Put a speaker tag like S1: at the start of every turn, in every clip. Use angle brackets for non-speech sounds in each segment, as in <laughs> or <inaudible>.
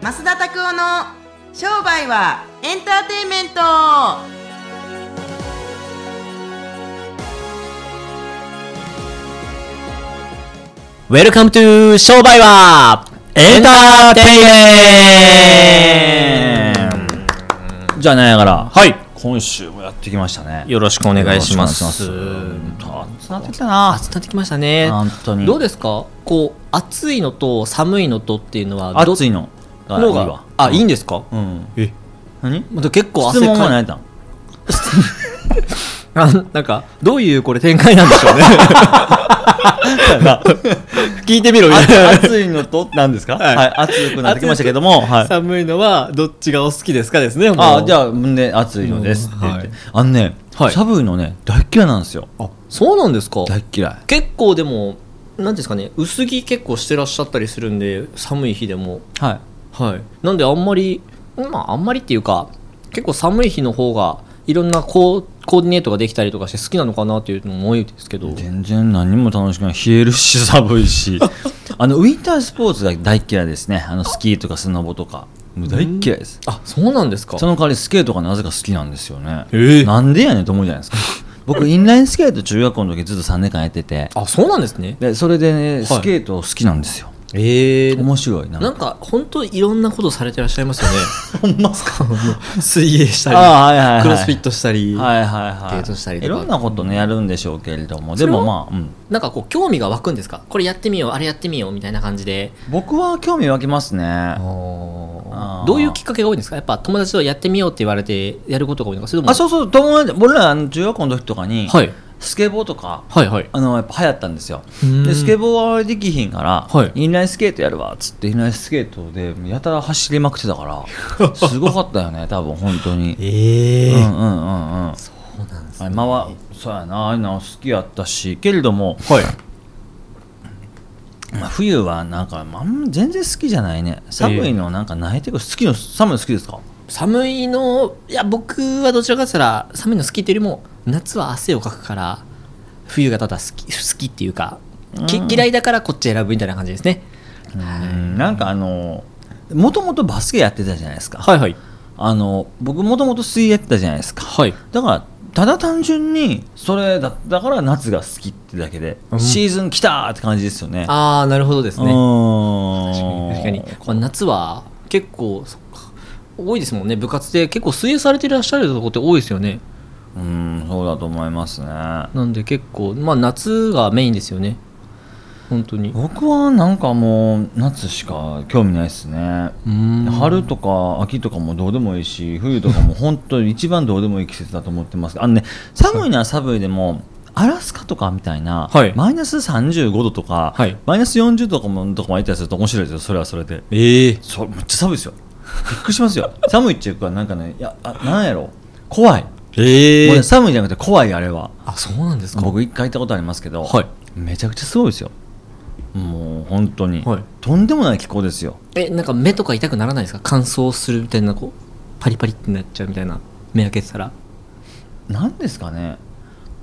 S1: 増田拓夫の商売はエンターテインメント
S2: ウェルカムトゥー商売はエンターテイメントじゃあねやからはい今週もやってきましたね
S3: よろしくお願いします。
S2: よろしくお願いします
S3: 暑くなってきたな。暑くなってきましたね。
S2: 本当に
S3: どうですかこう、暑いのと寒いのとっていうのは、ど
S2: 暑いのがいい
S3: のが
S2: わ
S3: あ、いいんですか、
S2: うん
S3: え
S2: 何
S3: また結構
S2: 質
S3: 汗
S2: 問は
S3: か
S2: 何や
S3: い
S2: ったん
S3: あ <laughs> なんか、どういうこれ展開なんで
S2: <laughs>
S3: しょうね。聞いてみろ、みたいな
S2: あ暑いのと何ですかはい暑くなってきましたけどもはい
S3: 寒いのは、どっちがお好きですかですね。
S2: あじゃ
S3: あ、
S2: あね暑いのですって言って
S3: うんは
S2: あのね
S3: はい
S2: 寒いのね大っ嫌いなんですよ
S3: そうなんですか
S2: 大っ嫌い
S3: 結構でも、なんですかね、薄着結構してらっしゃったりするんで、寒い日でも。
S2: はい
S3: はい、なんであんまりまああんまりっていうか結構寒い日の方がいろんなコーコーディネートができたりとかして好きなのかなっていうのも多いですけど
S2: 全然何も楽しくない冷えるし寒い <laughs> しあのウィンタースポーツが大っ嫌いですねあのスキーとかスノボとかもう大っ嫌いです
S3: あそうなんですか
S2: その代わりスケートがなぜか好きなんですよね、
S3: ええ
S2: なんでやねんと思うじゃないです <laughs> か僕インラインスケート中学校の時ずっと3年間やってて
S3: あそうなんですね
S2: でそれでね
S3: い
S2: スケート好きなんですよ、
S3: ええ
S2: 面白いな
S3: なんか本当いろんなことされてらっしゃいますよね
S2: <laughs> ほんますか
S3: 水泳したり
S2: ああはいはい、はい、
S3: クロスフィットしたり、
S2: はいはいはい
S3: デートしたりと
S2: い
S3: か
S2: ろんなことねやるんでしょうけれども
S3: そ
S2: で
S3: れは
S2: もまあ、うん、
S3: なんかこう興味が湧くんですかこれやってみようあれやってみようみたいな感じで
S2: 僕は興味湧きますねあー
S3: どういうきっかけが多いんですかやっぱ友達とやってみようって言われてやることが多いのかそれとも
S2: あそうそう友達俺らあの中学校の時とかに、
S3: はい
S2: スケボーとか
S3: はいはい
S2: あのやっぱ流行ったんですよ
S3: うん
S2: でスケボーはできひんから、
S3: はい
S2: インラインスケートやるわっつってインラインスケートでやたら走りまくってたから
S3: <laughs>
S2: すごかったよね多分本当に
S3: ええ
S2: うんうんうんうん
S3: そうなんです
S2: あれまあそうやなああいうの好きやったしけれども、
S3: はい
S2: まあ、冬はなんか、まああんま全然好きじゃないね寒いのなんか泣いてくる好きの寒いの好きですか
S3: 寒いのいや僕はどちらかとしたら寒いの好きっていうよりも夏は汗をかくから冬がただ好き好きっていうか、き嫌いだからこっち選ぶみたいな感じですね
S2: うんなんかあのもともとバスケやってたじゃないですか、
S3: いはい
S2: あの僕もともと水泳やってたじゃないですか
S3: はい
S2: だからただ単純にそれだだから夏が好きってだけで、
S3: うん
S2: シーズン来たって感じですよね
S3: ああなるほどです
S2: う
S3: ね
S2: ーん
S3: 確かにまあ夏は結構そっか多いですもんね部活で結構水泳されていらっしゃるところって多いですよね
S2: うんそうだと思いますね
S3: なんで結構まあ夏がメインですよね本当に
S2: 僕はなんかもう夏しか興味ないですね
S3: うん
S2: 春とか秋とかもどうでもいいし冬とかも本当に一番どうでもいい季節だと思ってますあのね寒いのは寒いでもアラスカとかみたいな、
S3: はい
S2: マイナス35度とか、
S3: はい
S2: マイナス40度とかもとかも行ったりすると面白いですよそれはそれで
S3: ええ
S2: そめっちゃ寒いですよびっくりしますよ <laughs> 寒いっていうかなんかねいやあなんやろ怖い、
S3: え
S2: もうね寒いじゃなくて怖いあれは
S3: あそうなんですか
S2: 僕一回行ったことありますけど、
S3: はい
S2: めちゃくちゃすごいですよもう本当に、
S3: はい
S2: とんでもない気候ですよ
S3: えなんか目とか痛くならないですか乾燥するみたいなこうパリパリってなっちゃうみたいな目開けてたら
S2: なんですかね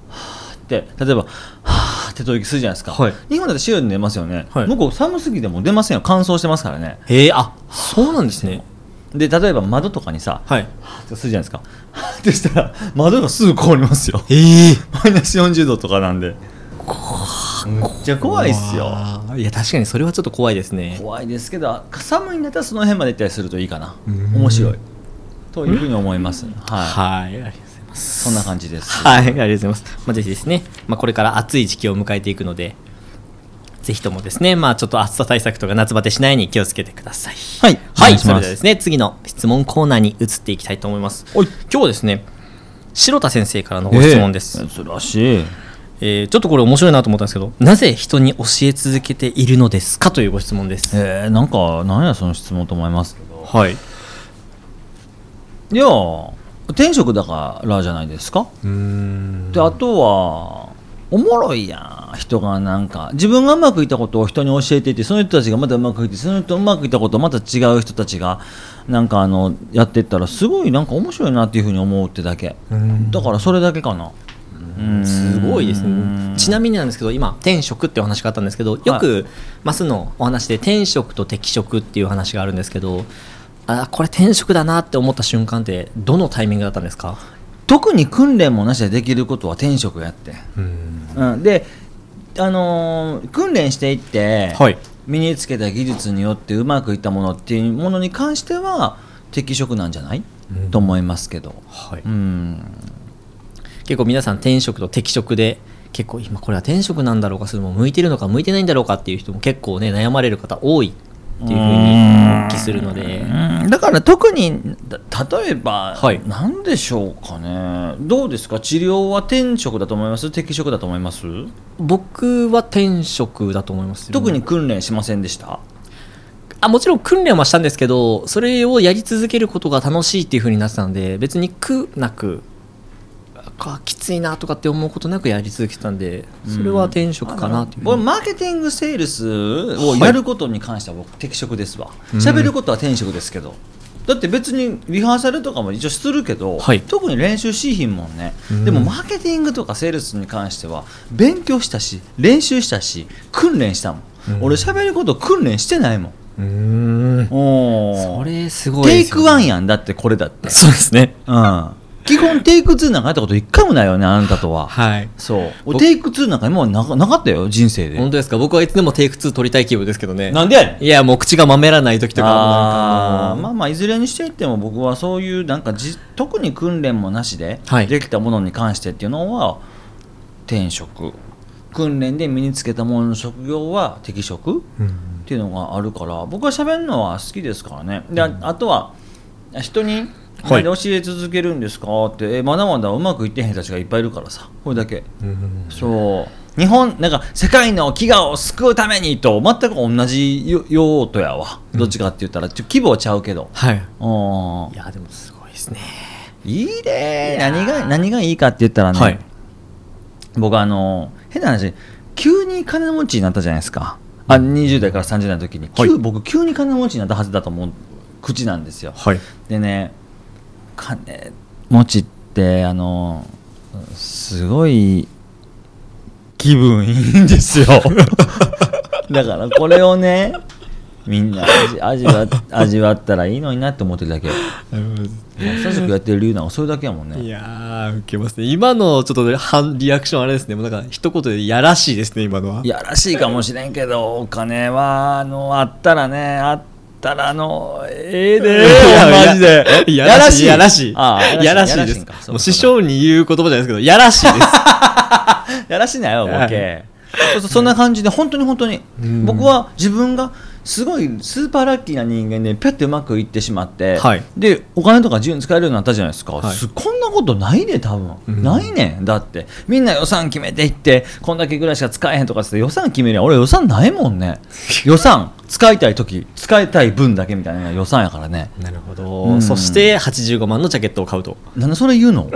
S2: はーって例えばはーって吐息するじゃないですか、
S3: はい
S2: 日本だってシューに出ますよね、
S3: はい
S2: 向こう寒すぎても出ませんよ乾燥してますからね
S3: へえあそうなんですね
S2: で例えば窓とかにさ、
S3: はい
S2: はーってするじゃないですかはーってしたら窓がすぐ凍りますよ <laughs>
S3: ええ
S2: マイナス40度とかなんでめっちゃ怖いっすよ
S3: いや確かにそれはちょっと怖いですね
S2: 怖いですけど寒いんだったらその辺まで行ったりするといいかな面白いというふうに思います、はい
S3: はいありがとうございます
S2: そんな感じです
S3: はいありがとうございます、まあ、ぜひですね、まあ、これから暑い時期を迎えていくのでぜひともですねまあちょっと暑さ対策とか夏バテしないように気をつけてください
S2: はい
S3: は
S2: お願
S3: い、
S2: いし
S3: それ
S2: ま
S3: ではですすね、次の質問コーナーに移っていきたいと思います。
S2: おい
S3: 今日はですね、白田先生からのご質問です。え
S2: ええ珍しい
S3: ーちょっとこれ面白いなと思ったんですけど、なぜ人に教え続けているのですかというご質問です。
S2: えー、なんかなんやその質問と思いますけど
S3: はい。
S2: いや転職だからじゃないですかであとはおもろいやん人がなんか自分がうまくいったことを人に教えていてその人たちがまたうまくいってその人うまくいったことをまた違う人たちがなんかあのやっていったらすごいなんか面白いなっていうふうに思うってだけだからそれだけかなうんうん
S3: すごいです
S2: うん
S3: ねちなみになんですけど今天職ってお話があったんですけどよくマスのお話で天職と適職っていう話があるんですけどあーこれ天職だなって思った瞬間ってどのタイミングだったんですか
S2: 特に訓練もなしでできることは転職やって、
S4: うん
S2: うん、で、あのー訓練していって、
S3: はい
S2: 身につけた技術によってうまくいったものっていうものに関しては適職なんじゃない、
S4: うん
S2: と思いますけど、
S3: はい
S2: うん、
S3: 結構皆さん転職と適職で結構今これは転職なんだろうかそれも向いてるのか向いてないんだろうかっていう人も結構ね悩まれる方多いっていうふうにお聞きするので
S2: うんだから特にだ例えば、
S3: はい
S2: 何でしょうかねどうですか治療は転職だと思います適職だと思います
S3: 僕は転職だと思いますよ
S2: 特に訓練しませんでした、
S3: あもちろん訓練はしたんですけどそれをやり続けることが楽しいっていうふうになってたので別に苦なくあきついなとかって思うことなくやり続けてたんでそれは転職かなっていうふう
S2: これ
S3: に
S2: マーケティングセールスをやることに関しては僕適職ですわ喋、ることは転職ですけどだって別にリハーサルとかも一応するけど、
S3: はい
S2: 特に練習しひんもんね、
S4: うん
S2: でもマーケティングとかセールスに関しては勉強したし練習したし訓練したもん、
S4: うん
S2: 俺喋ること訓練してないもん
S4: うん
S2: おー
S3: それすごい
S2: テ
S3: で
S2: イ
S3: すよ
S2: ク
S3: ね
S2: ワンやんだってこれだって、
S3: そうですね
S2: うん、基本テイクツーなんかやったこと一回もないよねあなたとは、
S3: はい
S2: そう俺テイクツーなんか今までなかなかったよ人生で
S3: 本当ですか僕はいつでもテイク2取りたい気分ですけどね
S2: なんでやねん
S3: いやもう口がまめらない時とかもなんか
S2: あーまあまあいずれにしていっても僕はそういうなんかじ特に訓練もなしで
S3: はい
S2: できたものに関してっていうのは転職訓練で身につけたものの職業は適職っていうのがあるから僕は喋るのは好きですからねでああとは人に「
S3: はい
S2: 何で教え続けるんですか?」ってえ「まだまだうまくいってへん人たちがいっぱいいるからさこれだけ
S4: うん
S2: そう日本なんか世界の飢餓を救うためにと全く同じよ用途やわどっちかって言ったらちょ規模はちゃうけど、
S3: はい
S2: うん
S3: いやでもすごいですね
S2: いいね何が何がいいかって言ったらね、
S3: はい
S2: 僕あの変な話急に金持ちになったじゃないですかあ20代から30代の時に、急僕急に金持ちになったはずだと思う口なんですよ
S3: はい
S2: でね金持ちってあのすごい気分いいん
S3: <laughs>
S2: ですよだからこれをねみんな味味わ味わったらいいのになって思ってるだけ久しくやってる理由なんかそれだけやもん
S3: い
S2: ね
S3: やーウケますね今のちょっとね反リアクションあれですねもうなんか一言でやらしいですね今のはい <laughs>
S2: やらしいかもしれんけどお金はあのあったらねあったらあのええでマジで
S3: いやらしい。やらしい。
S2: ああ
S3: やらしいで
S2: んか
S3: す。
S2: そう
S3: もう
S2: か
S3: 師匠に言う言葉じゃないですけど、やらしいです。
S2: <laughs> やらしなよ、ボ
S3: は
S2: ケ。そうそうそんな感じで、本当に本当に、
S4: ん
S2: 僕は自分がすごいスーパーラッキーな人間で、ぴゃってうまくいってしまって、
S3: はい
S2: でお金とか自由に使えるようになったじゃないですか、
S3: はい
S2: すこんなことないね、多分、
S4: ん
S2: ないね、だって、みんな予算決めていって、こんだけぐらいしか使えへんとかっつって、予算決めりゃ、俺、予算ないもん
S3: <laughs>
S2: ね、予算、使いたい時使いたい分だけみたいな予算やからね、
S3: <laughs> なるほ
S2: う
S3: ど
S2: ん
S3: そして、85万のジャケットを買うと。
S2: なんでそれ言うの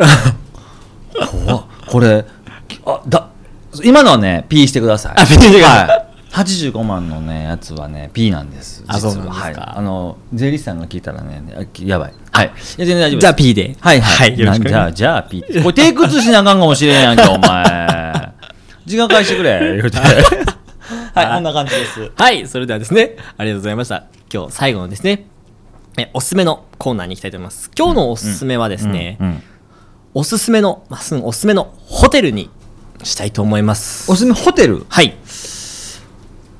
S2: 怖っこれあだ今のはね P してください
S3: あ P してください
S2: はい、85万のねやつはね P なんです
S3: あ
S2: 実は
S3: そうなんですか
S2: はい、あの税理士さんが聞いたらねあきやばいはいいや全然大丈夫です
S3: じゃあ P で。
S2: はいはい、
S3: よろし
S2: な
S3: く
S2: じゃあじゃあ P ってこれテイク2しなあかんかもしれんやんけお
S3: <laughs>
S2: 前時間返してくれ言うてはいこんな感じです
S3: はい、それではですね、ありがとうございました。今日最後のですね、えおすすめのコーナーに行きたいと思います。今日のおすすめはですね
S2: う、ん
S3: おすすめの、まあすんおすすめのホテルにしたいと思います
S2: お。すすめホテル
S3: はい。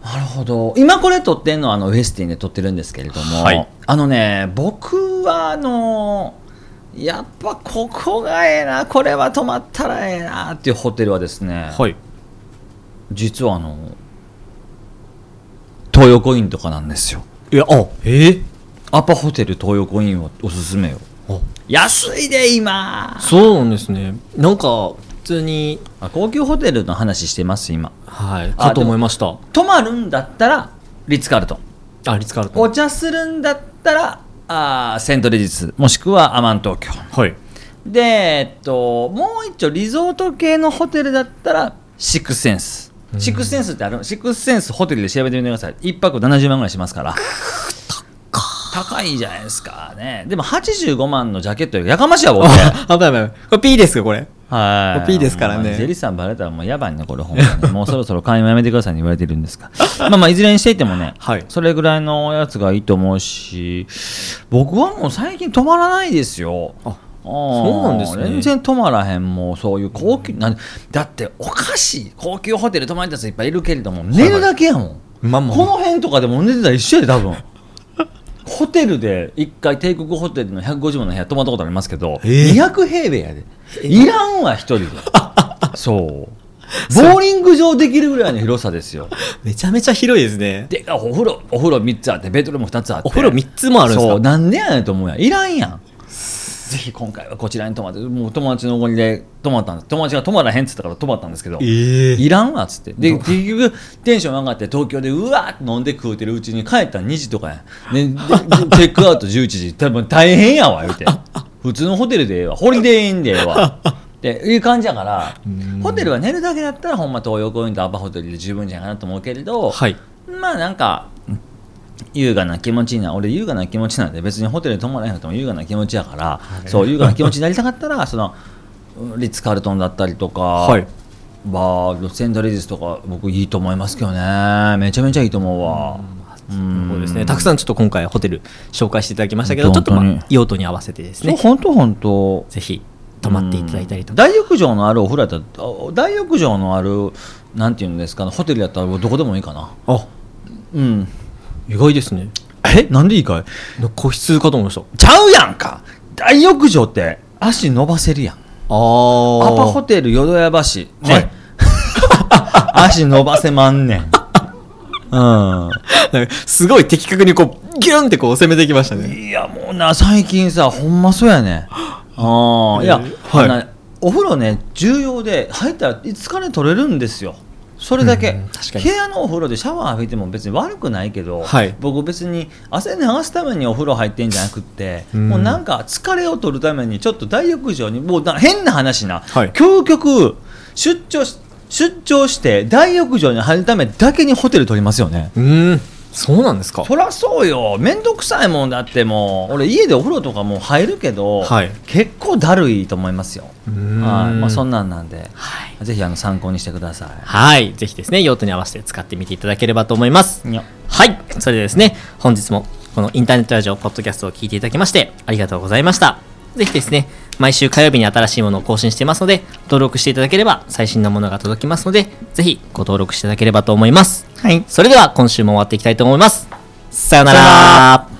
S2: なるほど今これ撮ってんのはあのウェスティンで撮ってるんですけれども、
S3: はい
S2: あのね僕はあのやっぱここがええなこれは泊まったらええなっていうホテルはですね、
S3: はい。
S2: 実はあの東横インとかなんですよ
S3: いや、あ、ええ
S2: アパホテル東横インはおすすめよ安いで今
S3: そうなんですね。なんか、普通に、
S2: あ高級ホテルの話してます今
S3: はい、かと思いました。
S2: 泊まるんだったらリッツ・カールトン
S3: あ、リツカールトン
S2: お茶するんだったらあーセントレジスもしくはアマン東京
S3: <laughs> はい。
S2: で、えっと、もう一丁リゾート系のホテルだったらシックスセンスシックスセンスってあるシックスセンスホテルで調べてみてください1泊70万ぐらいしますから <laughs> 高いじゃないですかねでも85万のジャケットよりやかましいわ僕
S3: あ、危ない危ない。これ P ですか、これ。
S2: はい。
S3: コピーですからね
S2: もうジェリーさんバレたらもうやばいね、これほん
S3: <laughs>
S2: まに。もうそろそろ会員もやめてくださいね言われてるんですが。まあまあ、いずれにしていてもね、
S3: はい
S2: それぐらいのやつがいいと思うし、僕はもう最近止まらないですよ。
S3: あ
S2: そう
S3: なんですね
S2: 全然止まらへん、もうそういう高級、なんだっておかしい、高級ホテル泊まりたやついっぱいいるけれども、寝るだけやもん。
S3: まあ
S2: こ
S3: まあ
S2: の辺とかでも寝てたら一緒やで、多分。ホテルで一回帝国ホテルの150万の部屋泊まったことありますけど、
S3: えー
S2: 200平米やでいらんわ一人でそうボーリング場できるぐらいの広さですよ
S3: めちゃめちゃ広いですね。
S2: でお風呂お風呂3つあってベッドルーム2つあって
S3: お風呂3つもあるんですか
S2: そうなんでやねんと思うやんいらんやんぜひ今回はこちらに泊まってもう友達のおごりで泊まったんです友達が泊まらへんっつったから泊まったんですけど
S3: え
S2: いらんわっつってで結局テンション上がって東京でうわーって飲んで食うてるうちに帰ったら2時とかやね
S3: <laughs>
S2: ででチェックアウト11時多分大変やわ言うて普通のホテルでええわホリデーインでええわっていう感じやからホテルは寝るだけだったらほんま東洋公園とアパホテルで十分じゃないかなと思うけれど、
S3: はい。
S2: まあなんか優雅な気持ちにな俺優雅な気持ちなんで別にホテルに泊まらなくても優雅な気持ちやから、そう優雅な気持ちになりたかったら <laughs> そのリッツ・カールトンだったりとか、
S3: はい
S2: バールセントレジスとか僕いいと思いますけどねめちゃめちゃいいと思うわうん
S3: そうですね。たくさんちょっと今回ホテル紹介していただきましたけど、ち
S2: 本
S3: ょっ
S2: 当
S3: と
S2: に
S3: まあ用途に合わせてです
S2: そう
S3: ね。
S2: 本当本当
S3: ぜひ泊まっていただいたりとか。
S2: 大浴場のあるお風呂やったらあ大浴場のあるなんていうんですかねホテルやったらどこでもいいかな
S3: あ、
S2: うん
S3: 意外ですね。
S2: えなんでいいかい
S3: な個室かと思いました。
S2: ちゃうやんか大浴場って足伸ばせるやん
S3: あー
S2: アパホテル淀屋橋ね、
S3: はい
S2: <laughs> 足伸ばせまんねんうん
S3: なんかすごい的確にこう、ギュンってこう攻めてきましたね。
S2: いやもうな最近さほんまそうやねああいや、
S3: えーはい
S2: あのねお風呂ね重要で入ったら疲れ取れるんですよそれだけ、
S3: うん確かに
S2: 部屋のお風呂でシャワー浴びても別に悪くないけど、
S3: はい
S2: 僕別に汗流すためにお風呂入ってんじゃなくって、
S3: うん
S2: もうなんか疲れを取るためにちょっと大浴場にもうな変な話な、
S3: はい
S2: 究極出張し出張して大浴場に入るためだけにホテル取りますよね
S3: うーん、そうなんですか。
S2: そりゃそうよ面倒くさいもんだってもう俺家でお風呂とかもう入るけど、
S3: はい
S2: 結構だるいと思いますよ
S3: うーん
S2: はいまあ、そんなんなんで、
S3: はい。
S2: ぜひあの参考にしてくださ
S3: はい。ぜひですね、用途に合わせて使ってみていただければと思います
S2: い。にょ
S3: はい。それでですね、本日もこのインターネットラジオ、ポッドキャストを聞いていただきまして、ありがとうございました。ぜひですね、毎週火曜日に新しいものを更新してますので、登録していただければ最新のものが届きますので、ぜひご登録していただければと思います。
S2: はい
S3: それでは今週も終わっていきたいと思います。さような
S2: さような
S3: ら。